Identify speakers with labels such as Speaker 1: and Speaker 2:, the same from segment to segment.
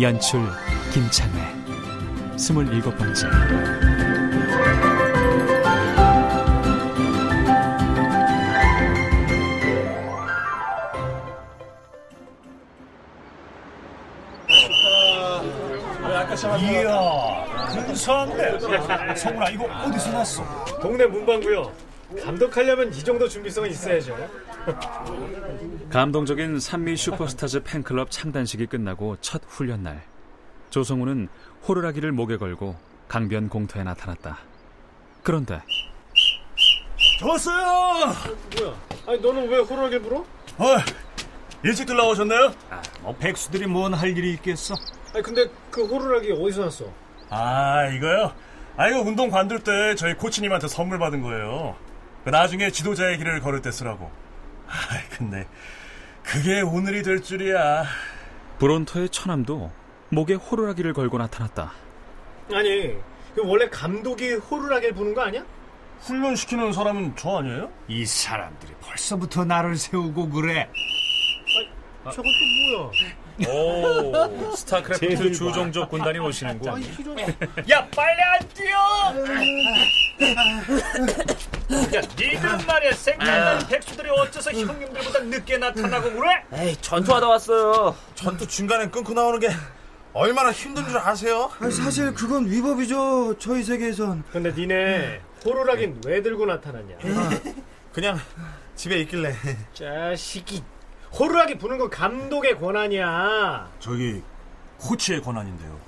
Speaker 1: 연출 김창회 스물일곱 번째
Speaker 2: 이야, 근사한데. 성훈아, 이거 어디서 났어?
Speaker 3: 동네 문방구요. 감독하려면 이 정도 준비성은 있어야죠.
Speaker 1: 감동적인 산미 슈퍼스타즈 팬클럽 창단식이 끝나고 첫 훈련날 조성우는 호루라기를 목에 걸고 강변 공터에 나타났다 그런데
Speaker 2: 좋았어요!
Speaker 3: 뭐야? 아니 너는 왜 호루라기 불어?
Speaker 2: 어, 일찍들 나오셨나요?
Speaker 4: 아,
Speaker 2: 뭐, 백수들이 뭔 할 일이 있겠어?
Speaker 3: 아니 근데 그 호루라기 어디서 났어?
Speaker 2: 아, 이거요? 아, 이거 운동 관둘 때 저희 코치님한테 선물 받은 거예요. 그 나중에 지도자의 길을 걸을 때 쓰라고. 아, 근데 그게 오늘이 될 줄이야.
Speaker 1: 브론터의 처남도 목에 호루라기를 걸고 나타났다
Speaker 3: 아니 그 원래 감독이 호루라기를 부는 거 아니야?
Speaker 2: 훈련시키는 사람은 저 아니에요?
Speaker 4: 이 사람들이 벌써부터 나를 세우고 그래.
Speaker 2: 아.
Speaker 3: 저것도 뭐야?
Speaker 1: 오 스타크래프트 주종족 군단이 오시는군
Speaker 3: 아니 이런
Speaker 2: 야, 빨리 안 뛰어! 야, 니들 말이야. 생각나는 백수들이 어째서 형님들보다 늦게 나타나고 그래?
Speaker 5: 에이 전투하다 왔어요.
Speaker 6: 전투 중간에 끊고 나오는 게 얼마나 힘든 줄 아세요?
Speaker 7: 아니, 사실 그건 위법이죠. 저희 세계에선.
Speaker 3: 근데 니네 호루라기는 왜 들고 나타났냐?
Speaker 2: 음.
Speaker 6: 그냥 집에 있길래
Speaker 3: 자식이 호루라기 부는 건 감독의 권한이야.
Speaker 2: 저기 코치의 권한인데요.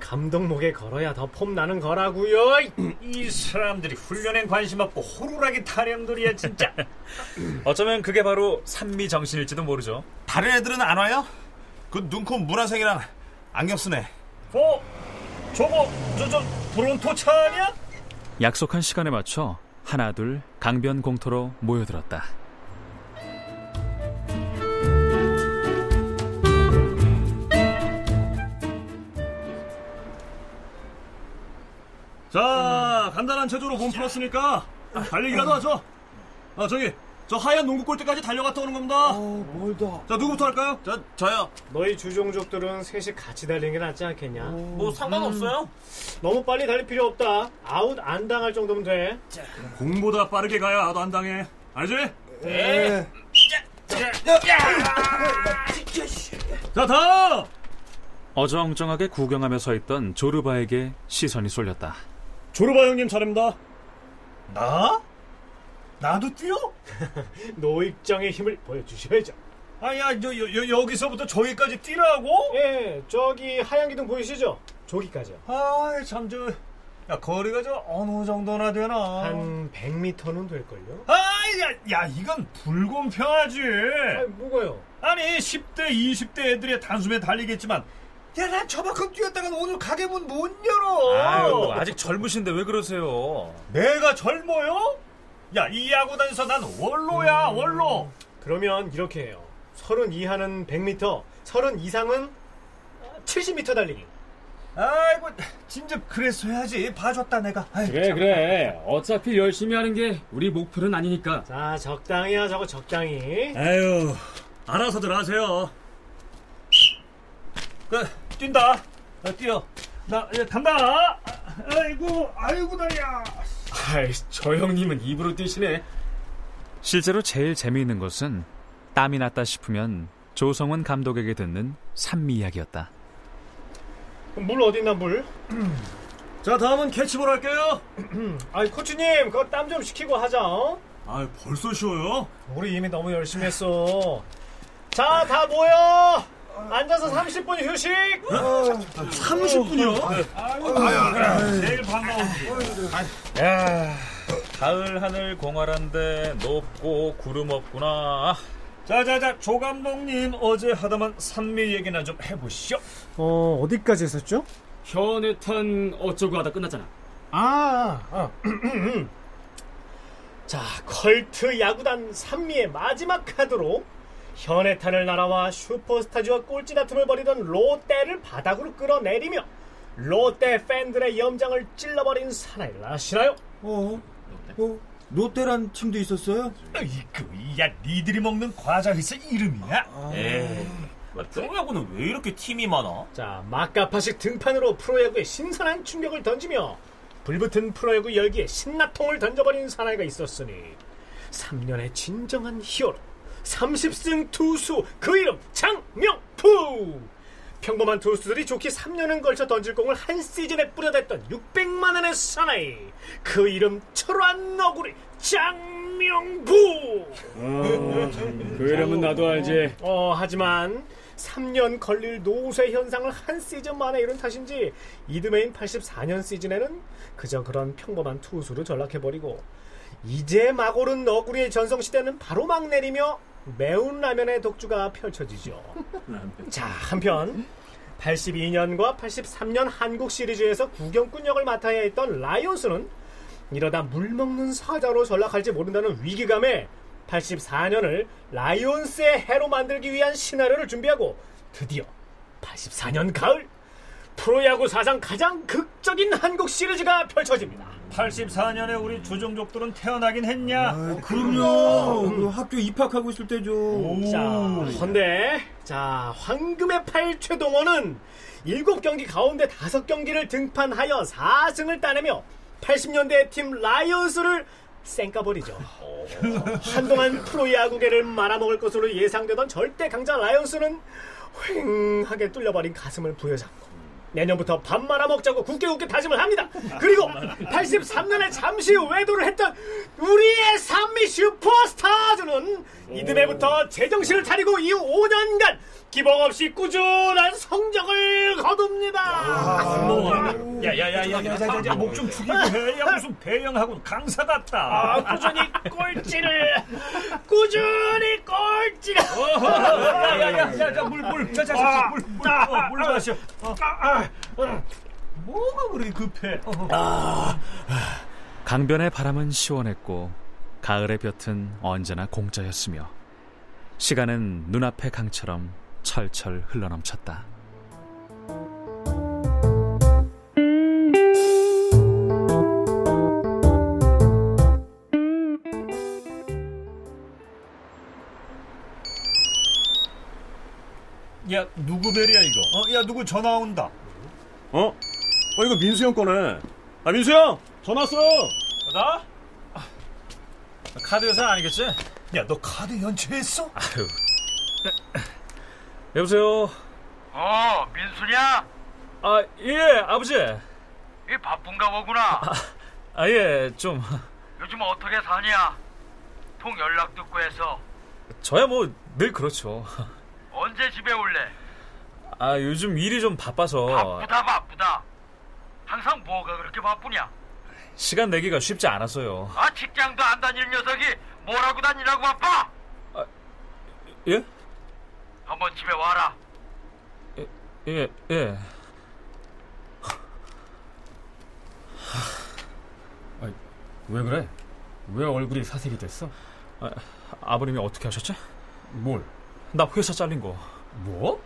Speaker 3: 감독 목에 걸어야 더 폼 나는 거라고요. 이-
Speaker 2: 이 사람들이 훈련에 관심 없고 호루라기 타령들이야 진짜.
Speaker 1: 어쩌면 그게 바로 산미 정신일지도 모르죠
Speaker 6: 다른 애들은 안 와요? 그 눈코 문화생이랑 안경 쓰네.
Speaker 2: 어? 저거 저저 브론토 차 아니야?
Speaker 1: 약속한 시간에 맞춰 하나 둘 강변 공터로 모여들었다.
Speaker 2: 자 간단한 체조로 몸 풀었으니까 달리기라도 하죠. 아 저기 저 하얀 농구 골대까지 달려갔다 오는 겁니다.
Speaker 7: 어, 멀다.
Speaker 2: 자 누구부터 할까요?
Speaker 6: 저 저요.
Speaker 3: 너희 주종족들은 셋이 같이 달리는 게 낫지 않겠냐? 음.
Speaker 5: 뭐 상관없어요.
Speaker 3: 너무 빨리 달릴 필요 없다. 아웃 안 당할 정도면 돼.
Speaker 2: 공보다 빠르게 가야 아도 안 당해. 알지?
Speaker 7: 네.
Speaker 2: 자 다음.
Speaker 1: 어정쩡하게 구경하며 서 있던 조르바에게 시선이 쏠렸다.
Speaker 2: 조르바 형님 차례입니다.
Speaker 6: 나? 나도 뛰어?
Speaker 3: 노익장의 힘을 보여주셔야죠.
Speaker 2: 아야 여, 여, 여 여기서부터 저기까지 뛰라고?
Speaker 3: 예, 저기 하얀 기둥 보이시죠? 저기까지요.
Speaker 2: 아참저 야, 거리가 저 어느 정도나 되나?
Speaker 3: 한 100m는 될걸요?
Speaker 2: 아, 야, 야, 이건 불공평하지.
Speaker 3: 아, 뭐가요?
Speaker 2: 아니, 10대, 20대 애들의 단숨에 달리겠지만, 야, 난 저만큼 뛰었다간 오늘 가게문 못 열어.
Speaker 5: 아직 젊으신데 왜 그러세요?
Speaker 2: 내가 젊어요? 야, 이 야구단에서 난 원로야,
Speaker 8: 음.
Speaker 2: 원로.
Speaker 3: 그러면 이렇게 해요. 30 이하는 100m, 30 이상은 70m 달리기.
Speaker 2: 아이고, 진짜 그랬어야지. 봐줬다, 내가. 아이,
Speaker 8: 그래 그래 어차피 열심히 하는 게 우리 목표는 아니니까
Speaker 3: 자, 적당히 하자고 적당히.
Speaker 2: 아유, 알아서들 하세요. 그, 뛴다. 어, 뛰어. 나, 야, 간다. 아, 아이고, 아이고, 나야.
Speaker 8: 아이 저 형님은 입으로 뛰시네
Speaker 1: 실제로 제일 재미있는 것은 땀이 났다 싶으면 조성은 감독에게 듣는 산미 이야기였다.
Speaker 3: 그럼 물 어딨나, 물?
Speaker 2: 자, 다음은 캐치볼 할게요.
Speaker 3: 아, 코치님, 그거 땀 좀 식히고 하자. 어?
Speaker 2: 아, 벌써 쉬워요?
Speaker 3: 우리 이미 너무 열심히 했어. 자, 다 모여! 앉아서 30분 휴식!
Speaker 2: 어, 30분이요? 네. 제일 반가운
Speaker 5: 가을 하늘 공활한데 높고 구름 없구나.
Speaker 2: 자자자 조 감독님 어제 하다만 산미 얘기나 좀 해보시죠.
Speaker 3: 어, 어디까지 했었죠?
Speaker 9: 현해탄 어쩌고 하다 끝났잖아.
Speaker 3: 아, 아. 자, 컬트 야구단 산미의 마지막 카드로 현해탄을 날아와 슈퍼스타즈와 꼴찌 다툼을 벌이던 롯데를 바닥으로 끌어내리며 롯데 팬들의 염장을 찔러버린 사나이를 아시나요?
Speaker 10: 어? 어? 롯데란 팀도 있었어요?
Speaker 2: 이그야 니들이 먹는 과자 회사 이름이야?
Speaker 10: 아.
Speaker 2: 에이, 프로야구는 왜 이렇게 팀이 많아?
Speaker 3: 자, 막가파식 등판으로 프로야구에 신선한 충격을 던지며 불붙은 프로야구 열기에 신나통을 던져버린 사나이가 있었으니 3년의 진정한 히어로 30승 투수 그 이름 장명푸 평범한 투수들이 좋게 3년은 걸쳐 던질 공을 한 시즌에 뿌려댔던 600만 원의 사나이 그 이름 철환 너구리 장명푸
Speaker 9: 그 이름은 나도 알지.
Speaker 3: 어, 하지만 3년 걸릴 노쇠 현상을 한 시즌 만에 이룬 탓인지 이듬해인 84년 시즌에는 그저 그런 평범한 투수로 전락해버리고 이제 막 오른 너구리의 전성시대는 바로 막 내리며 매운 라면의 독주가 펼쳐지죠. 자, 한편 82년과 83년 한국 시리즈에서 구경꾼 역을 맡아야 했던 라이온스는 이러다 물먹는 사자로 전락할지 모른다는 위기감에 84년을 라이온스의 해로 만들기 위한 시나리오를 준비하고 드디어 84년 가을 프로야구 사상 가장 극적인 한국 시리즈가 펼쳐집니다.
Speaker 2: 84년에 우리 조종족들은 태어나긴 했냐?
Speaker 10: 아, 그럼요. 그 학교 입학하고 있을 때죠.
Speaker 3: 자, 헌데 자 황금의 팔 최동원은 7경기 가운데 5경기를 등판하여 4승을 따내며 80년대 팀 라이언스를 쌩까버리죠. 한동안 프로야구계를 말아먹을 것으로 예상되던 절대 강자 라이언스는 휑하게 뚫려버린 가슴을 부여잡고 내년부터 밥 말아먹자고 굳게 굳게 다짐을 합니다. 그리고 83년에 잠시 외도를 했던 우리의 산미 슈퍼스타즈는 이듬해부터 제정신을 차리고 이후 5년간 기복 없이 꾸준한 성적을 거둡니다.
Speaker 9: 아.
Speaker 2: 야야야야야 목 좀 죽이고 해. 야 무슨 배영하고 강사 같다.
Speaker 3: 아, 꾸준히 꼴찌를 꾸준히 꼴찌를
Speaker 2: 야야야야야 물물 자자자 물물물 마셔. 뭐가 그렇게 급해?
Speaker 1: 강변의 바람은 시원했고 가을의 볕은 언제나 공짜였으며 시간은 눈앞의 강처럼 철철 흘러넘쳤다.
Speaker 2: 야 누구 벨이야 이거?
Speaker 11: 어, 야, 누구 전화 온다.
Speaker 12: 어? 어, 이거 민수 형 거네. 아, 민수 형! 전화 왔어!
Speaker 2: 나? 카드 회사 아니겠지?
Speaker 11: 야, 너 카드 연체했어?
Speaker 2: 여보세요.
Speaker 13: 어, 민수냐?
Speaker 2: 아, 예, 아버지.
Speaker 13: 이 바쁜가 보구나.
Speaker 2: 아, 예, 좀.
Speaker 13: 요즘 어떻게 사냐? 통 연락 듣고 해서
Speaker 2: 저야 뭐 늘 그렇죠.
Speaker 13: 언제 집에 올래?
Speaker 2: 아, 요즘 일이 좀 바빠서
Speaker 13: 바쁘다 바쁘다. 항상 뭐가 그렇게 바쁘냐?
Speaker 2: 시간 내기가 쉽지 않았어요.
Speaker 13: 아, 직장도 안 다니는 녀석이 뭐라고 다니라고 바빠?
Speaker 2: 예?
Speaker 13: 한번 집에 와라.
Speaker 2: 예, 예.
Speaker 9: 왜 그래? 왜 얼굴이 사색이 됐어?
Speaker 1: 아버님이 어떻게 하셨지?
Speaker 9: 뭘?
Speaker 1: 나 회사 잘린 거.
Speaker 9: 뭐?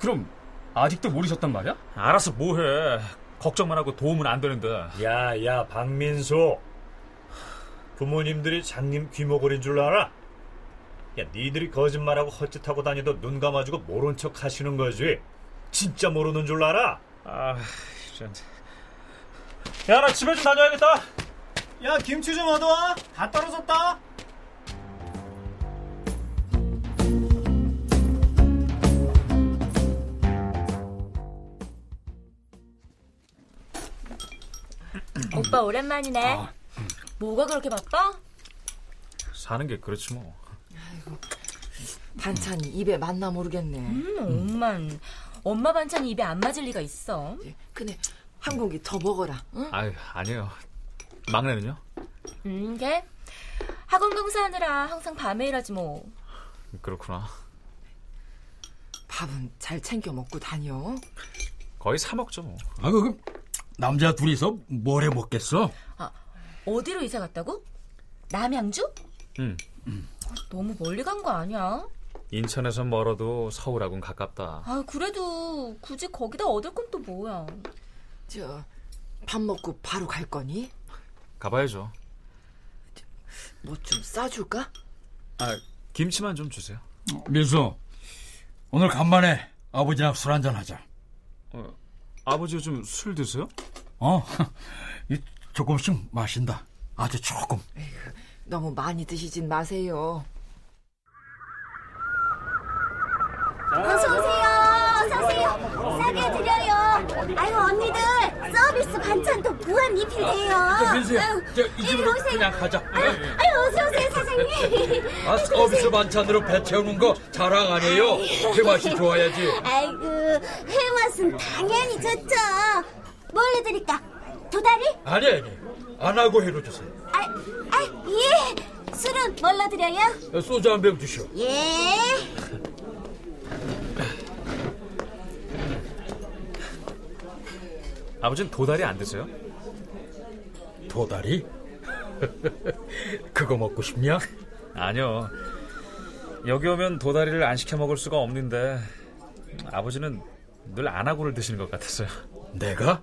Speaker 9: 그럼 아직도 모르셨단 말이야?
Speaker 1: 알아서 뭐해. 걱정만 하고 도움은 안 되는데.
Speaker 2: 야, 야, 박민수. 부모님들이 장님 귀모거린 줄 알아? 야, 니들이 거짓말하고 헛짓하고 다니도 눈 감아주고 모른 척 하시는 거지. 진짜 모르는 줄 알아?
Speaker 1: 아, 이런.
Speaker 2: 야, 나 집에 좀 다녀야겠다.
Speaker 3: 야 김치 좀 얻어와 다 떨어졌다.
Speaker 2: 음.
Speaker 14: 오빠 오랜만이네.
Speaker 2: 아,
Speaker 14: 뭐가 그렇게 바빠?
Speaker 1: 사는 게 그렇지 뭐.
Speaker 15: 반찬이 입에 맞나 모르겠네.
Speaker 14: 음, 엄만 엄마 반찬이 입에 안 맞을 리가 있어.
Speaker 15: 근데 한 공기 더 먹어라. 응?
Speaker 1: 아유, 아니에요. 막내는요?
Speaker 14: 음, 걔 학원 강사하느라 항상 밤에 일하지 뭐.
Speaker 1: 그렇구나.
Speaker 15: 밥은 잘 챙겨 먹고 다녀.
Speaker 1: 거의 사 먹죠 뭐.
Speaker 7: 아, 그, 그 남자 둘이서 뭘 해 먹겠어?
Speaker 16: 아, 어디로 이사 갔다고? 남양주?
Speaker 1: 응.
Speaker 16: 너무 멀리 간 거 아니야?
Speaker 1: 음, 인천에서 멀어도 서울하고는 가깝다.
Speaker 16: 아, 그래도 굳이 거기다 얻을 건 또 뭐야?
Speaker 15: 저, 밥 먹고 바로 갈 거니?
Speaker 1: 가봐야죠.
Speaker 15: 뭐 좀 싸줄까?
Speaker 1: 아 김치만 좀 주세요.
Speaker 7: 민수, 오늘 간만에 아버지랑 술 한잔 하자.
Speaker 1: 어, 아버지 요즘 술 드세요?
Speaker 7: 어? 이 조금씩 마신다. 아주 조금.
Speaker 15: 너무 많이 드시진 마세요.
Speaker 17: 어서오세요. 어서오세요. 싸게 드려요. 아유, 언니들. 서비스 반찬도 무한 리필돼요.
Speaker 7: 저 민수야,
Speaker 17: 아유, 예,
Speaker 7: 저이 집으로
Speaker 17: 오세요.
Speaker 7: 그냥 가자. 예.
Speaker 17: 아유, 어서오세요, 사장님.
Speaker 7: 아, 서비스 반찬으로 배 채우는 거 자랑 아니에요?
Speaker 17: 예.
Speaker 7: 그 맛이 좋아야지.
Speaker 17: 아이고, 해맛은 당연히 좋죠. 뭘 해드릴까? 도다리?
Speaker 7: 아니, 아니. 안 하고 해로 주세요.
Speaker 17: 아, 아, 예. 술은 뭘로 드려요?
Speaker 7: 소주 한 병 주시오.
Speaker 17: 예.
Speaker 1: 아버지는 도다리 안 드세요?
Speaker 7: 도다리? 그거 먹고 싶냐?
Speaker 1: 아니요. 여기 오면 도다리를 안 시켜 먹을 수가 없는데 아버지는 늘 안하고를 드시는 것 같았어요.
Speaker 7: 내가?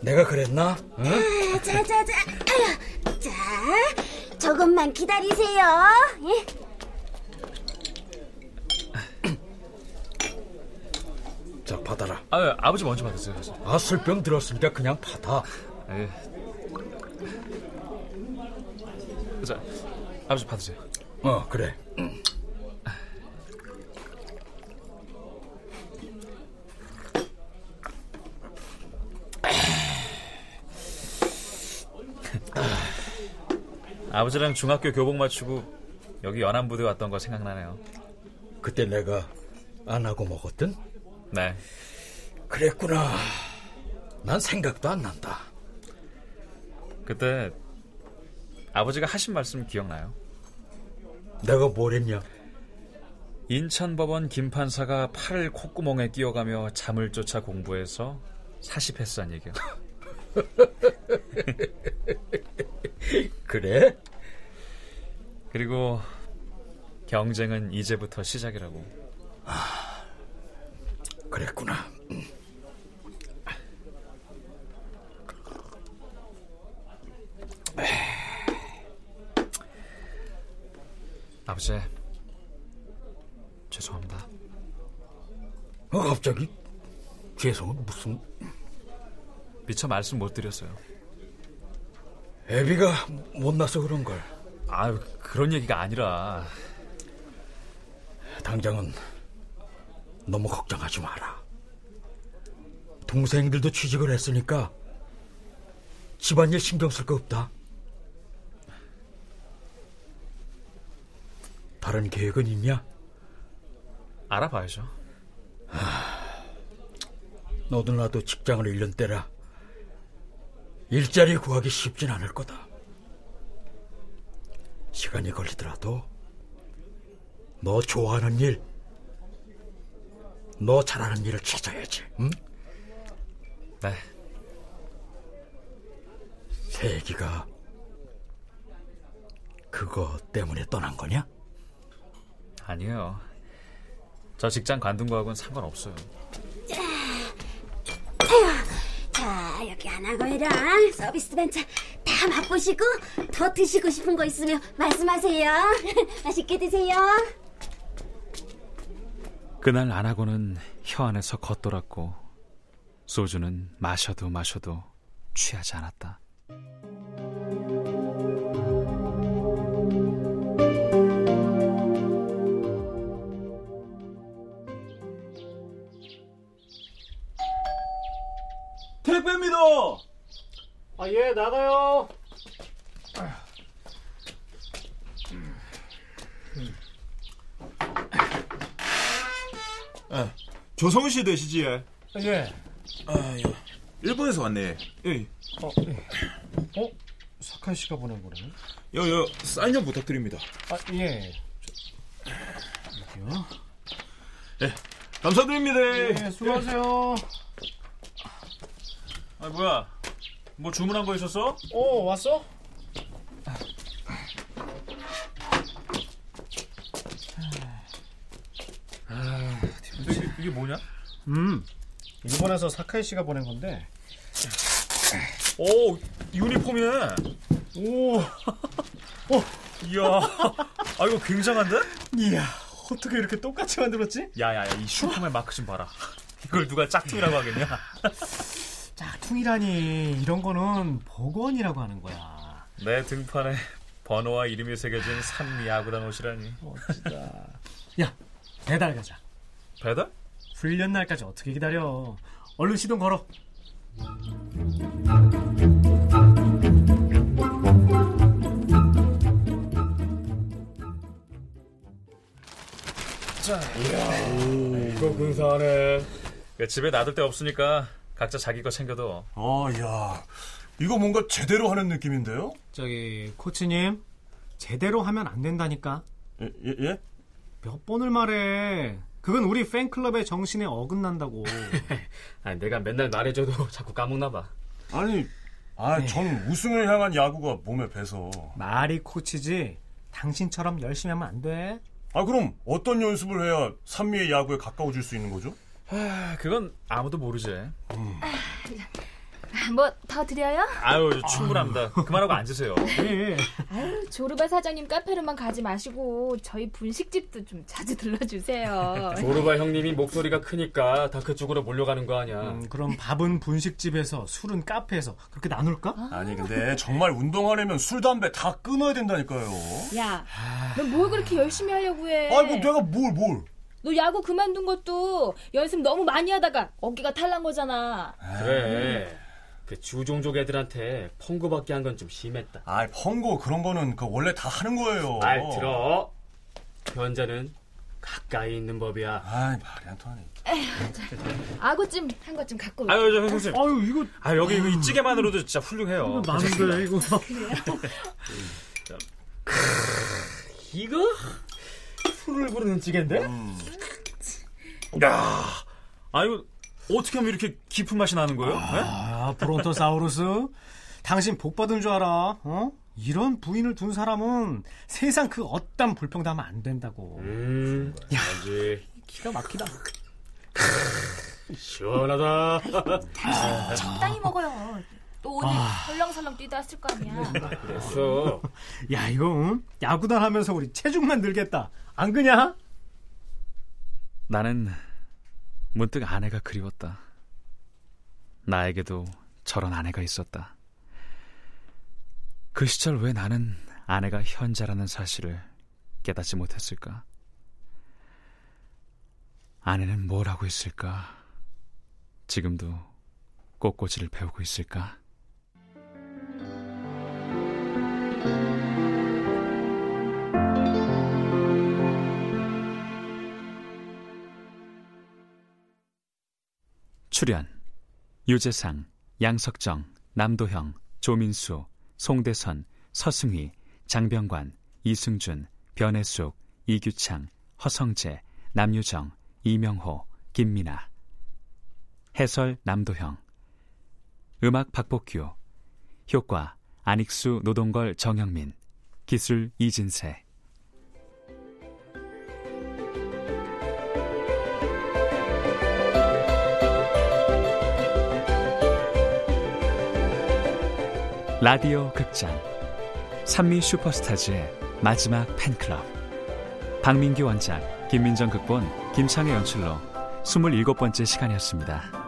Speaker 7: 내가 그랬나? 응?
Speaker 17: 아, 자, 자, 자. 아유, 자, 조금만 기다리세요. 예.
Speaker 7: 자, 받아라.
Speaker 1: 아, 아버지 먼저 받으세요. 그래서.
Speaker 7: 아, 술병 들었으니까 그냥 받아.
Speaker 1: 예. 자, 아버지 받으세요.
Speaker 7: 어, 그래.
Speaker 1: 아버지랑 중학교 교복 맞추고 여기 연안부대 왔던 거 생각나네요.
Speaker 7: 그때 내가 안 하고 먹었든?
Speaker 1: 네.
Speaker 7: 그랬구나. 난 생각도 안 난다.
Speaker 1: 그때 아버지가 하신 말씀 기억나요?
Speaker 7: 내가 뭘 했냐?
Speaker 1: 인천법원 김판사가 팔을 콧구멍에 끼워가며 잠을 쫓아 공부해서 사시패스한 얘기요.
Speaker 7: 그래?
Speaker 1: 그리고 경쟁은 이제부터 시작이라고.
Speaker 7: 아, 그랬구나.
Speaker 1: 아버지 죄송합니다.
Speaker 7: 어, 갑자기 죄송은 무슨
Speaker 1: 미처 말씀 못 드렸어요.
Speaker 7: 애비가 못나서 그런 걸.
Speaker 1: 아 그런 얘기가 아니라
Speaker 7: 당장은 너무 걱정하지 마라. 동생들도 취직을 했으니까 집안일 신경 쓸 거 없다. 다른 계획은 있냐?
Speaker 1: 알아봐야죠.
Speaker 7: 너도 나도 직장을 1년 때라 일자리 구하기 쉽진 않을 거다. 시간이 걸리더라도 너 좋아하는 일, 너 잘하는 일을 찾아야지. 응?
Speaker 1: 네.
Speaker 7: 세기가 그거 때문에 떠난 거냐?
Speaker 1: 아니에요. 저 직장 관둔 거하고는 상관없어요.
Speaker 17: 자, 여기 안하고이랑 서비스 반찬 다 맛보시고 더 드시고 싶은 거 있으면 말씀하세요. 맛있게 드세요.
Speaker 1: 그날 안하고는 혀 안에서 겉돌았고 소주는 마셔도 마셔도 취하지 않았다.
Speaker 6: 택배입니다.
Speaker 3: 아, 예, 나가요.
Speaker 6: 예. 조성은 씨 되시지? 예.
Speaker 9: 아,
Speaker 3: 예.
Speaker 6: 아유. 일본에서 왔네. 예.
Speaker 3: 어, 예. 어? 사카이 씨가 보낸 거네.
Speaker 6: 여여 사인 좀 부탁드립니다.
Speaker 3: 아, 예.
Speaker 6: 여기요. 예, 감사드립니다.
Speaker 18: 예, 수고하세요.
Speaker 7: 아 뭐야? 뭐 주문한 거 있었어?
Speaker 3: 어 왔어?
Speaker 7: 아, 이게, 이게 뭐냐?
Speaker 3: 음 일본에서 사카이 씨가 보낸 건데
Speaker 7: 오 유니폼이네. 오. 어. 이야. 아 이거 굉장한데?
Speaker 3: 이야 어떻게 이렇게 똑같이 만들었지?
Speaker 7: 야야야 이 슈퍼맨 마크 좀 봐라. 이걸 누가 짝퉁이라고 하겠냐?
Speaker 3: 퉁이라니 이런 거는 복원이라고 하는 거야
Speaker 7: 내 등판에 번호와 이름이 새겨진 산 야구단 옷이라니.
Speaker 3: 멋지다. 야 배달 가자
Speaker 7: 배달?
Speaker 3: 훈련 날까지 어떻게 기다려 얼른 시동 걸어
Speaker 7: 자.
Speaker 18: 이거 근사하네.
Speaker 7: 집에 놔둘 데 없으니까 각자 자기 거 챙겨둬.
Speaker 2: 어, 야, 이거 뭔가 제대로 하는 느낌인데요?
Speaker 3: 저기 코치님 제대로 하면 안 된다니까
Speaker 2: 예, 예, 예?
Speaker 3: 몇 번을 말해 그건 우리 팬클럽의 정신에 어긋난다고
Speaker 8: 아니, 내가 맨날 말해줘도 자꾸 까먹나 봐.
Speaker 2: 아니, 아,
Speaker 8: 네.
Speaker 2: 전 우승을 향한 야구가 몸에 배서.
Speaker 3: 말이 코치지 당신처럼 열심히 하면 안돼
Speaker 2: 아, 그럼 어떤 연습을 해야 산미의 야구에 가까워질 수 있는 거죠?
Speaker 7: 아, 그건 아무도 모르지.
Speaker 14: 뭐 더 드려요?
Speaker 7: 아유 충분합니다. 그만하고 앉으세요.
Speaker 3: 음,
Speaker 14: 아유, 조르바 사장님 카페로만 가지 마시고 저희 분식집도 좀 자주
Speaker 2: 아.
Speaker 14: 들러주세요.
Speaker 8: 조르바 형님이 목소리가 크니까 다 그쪽으로 몰려가는 거 아니야.
Speaker 3: 그럼 밥은 분식집에서 술은 카페에서 그렇게 나눌까?
Speaker 2: 아니 근데 정말 운동하려면 술, 담배 다 끊어야 된다니까요.
Speaker 14: 야, 너 뭘 그렇게 열심히 하려고 해?
Speaker 8: 네.
Speaker 2: 아이고, 내가 뭘, 뭘.
Speaker 14: 너 야구 그만둔 것도 연습 너무 많이 하다가 어깨가 탈난 거잖아.
Speaker 8: 그래. 그 주종족 애들한테 펑구밖에 한 건 좀 심했다.
Speaker 3: 어.
Speaker 2: 아, 펑고 그런 거는 그 원래 다 하는 거예요.
Speaker 8: 말 들어. 현자는 가까이 있는 법이야.
Speaker 2: 아, 말이 안 통하네.
Speaker 14: 에휴, 자, 아구찜 한 것 좀 갖고 올게.
Speaker 7: 아유 저 선생님.
Speaker 3: 아유 이거.
Speaker 7: 아 여기 이거 이 찌개만으로도 진짜 훌륭해요.
Speaker 3: 많은데 이거.
Speaker 8: 이거 술을 부르는 찌개인데?
Speaker 3: 음.
Speaker 7: 야, 아 이거 어떻게 하면 이렇게 깊은 맛이 나는 거예요?
Speaker 3: 아, 브론토사우루스. 당신 복 받은 줄 알아. 어? 이런 부인을 둔 사람은 세상 그 어떤 불평도 하면 안 된다고.
Speaker 8: 음, 왠지
Speaker 3: 기가 막히다.
Speaker 8: 시원하다.
Speaker 14: 적당히 먹어요. 또 오늘
Speaker 3: 아.
Speaker 14: 설렁설렁 뛰다 왔을 거 아니야.
Speaker 8: 됐어.
Speaker 3: 야, 이거 응? 야구단 하면서 우리 체중만 늘겠다. 안 그냐?
Speaker 1: 나는 문득 아내가 그리웠다. 나에게도 저런 아내가 있었다. 그 시절 왜 나는 아내가 현자라는 사실을 깨닫지 못했을까? 아내는 뭘 하고 있을까? 지금도 꽃꽂이를 배우고 있을까? 출연 유재상, 양석정, 남도형, 조민수, 송대선, 서승희, 장병관, 이승준, 변혜숙, 이규창, 허성재, 남유정, 이명호, 김민아 해설 남도형 음악 박복규 효과 안익수 노동걸 정영민 기술 이진세 라디오 극장 산미 슈퍼스타즈의 마지막 팬클럽 박민규 원작 김민정 극본 김창의 연출로 27번째 시간이었습니다.